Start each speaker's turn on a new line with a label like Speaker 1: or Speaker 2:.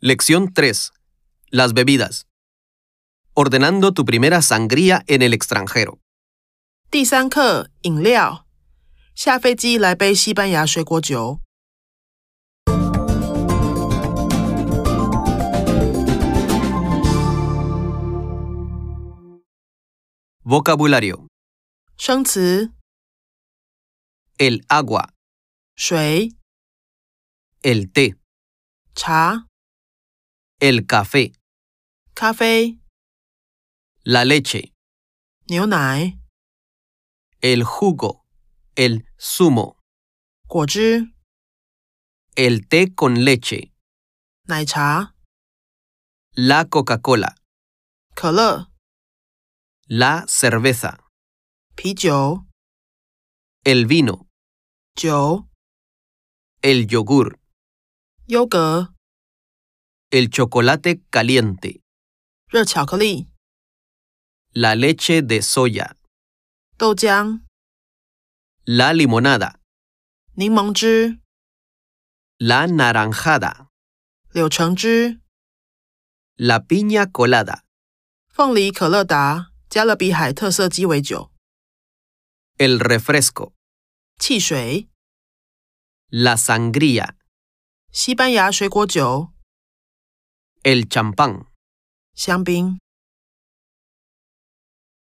Speaker 1: Lección 3. Las bebidas. Ordenando tu primera sangría en el extranjero.
Speaker 2: 第三课饮料，下飞机来杯西班牙水果酒。
Speaker 1: Vocabulario.
Speaker 2: 生词：
Speaker 1: El agua,
Speaker 2: 水、
Speaker 1: el té,
Speaker 2: 茶、
Speaker 1: el café,
Speaker 2: 咖啡、
Speaker 1: la leche,
Speaker 2: 牛奶、
Speaker 1: el jugo, el zumo,
Speaker 2: 果汁、
Speaker 1: el té con leche,
Speaker 2: 奶茶、
Speaker 1: la Coca-Cola,
Speaker 2: 可乐、
Speaker 1: la cerveza,
Speaker 2: 啤酒、
Speaker 1: el vino,
Speaker 2: 酒、
Speaker 1: el yogur,
Speaker 2: 优格、
Speaker 1: el chocolate caliente,
Speaker 2: 热巧克力、
Speaker 1: la leche de soya,
Speaker 2: 豆浆、
Speaker 1: la limonada,
Speaker 2: 柠檬汁、
Speaker 1: la naranjada,
Speaker 2: 柳橙汁、
Speaker 1: la piña colada.
Speaker 2: 凤梨可乐达、加勒比海特色鸡尾酒、
Speaker 1: el refresco,
Speaker 2: 汽水、
Speaker 1: la sangría,
Speaker 2: 西班牙水果酒、
Speaker 1: el champán.
Speaker 2: 香槟。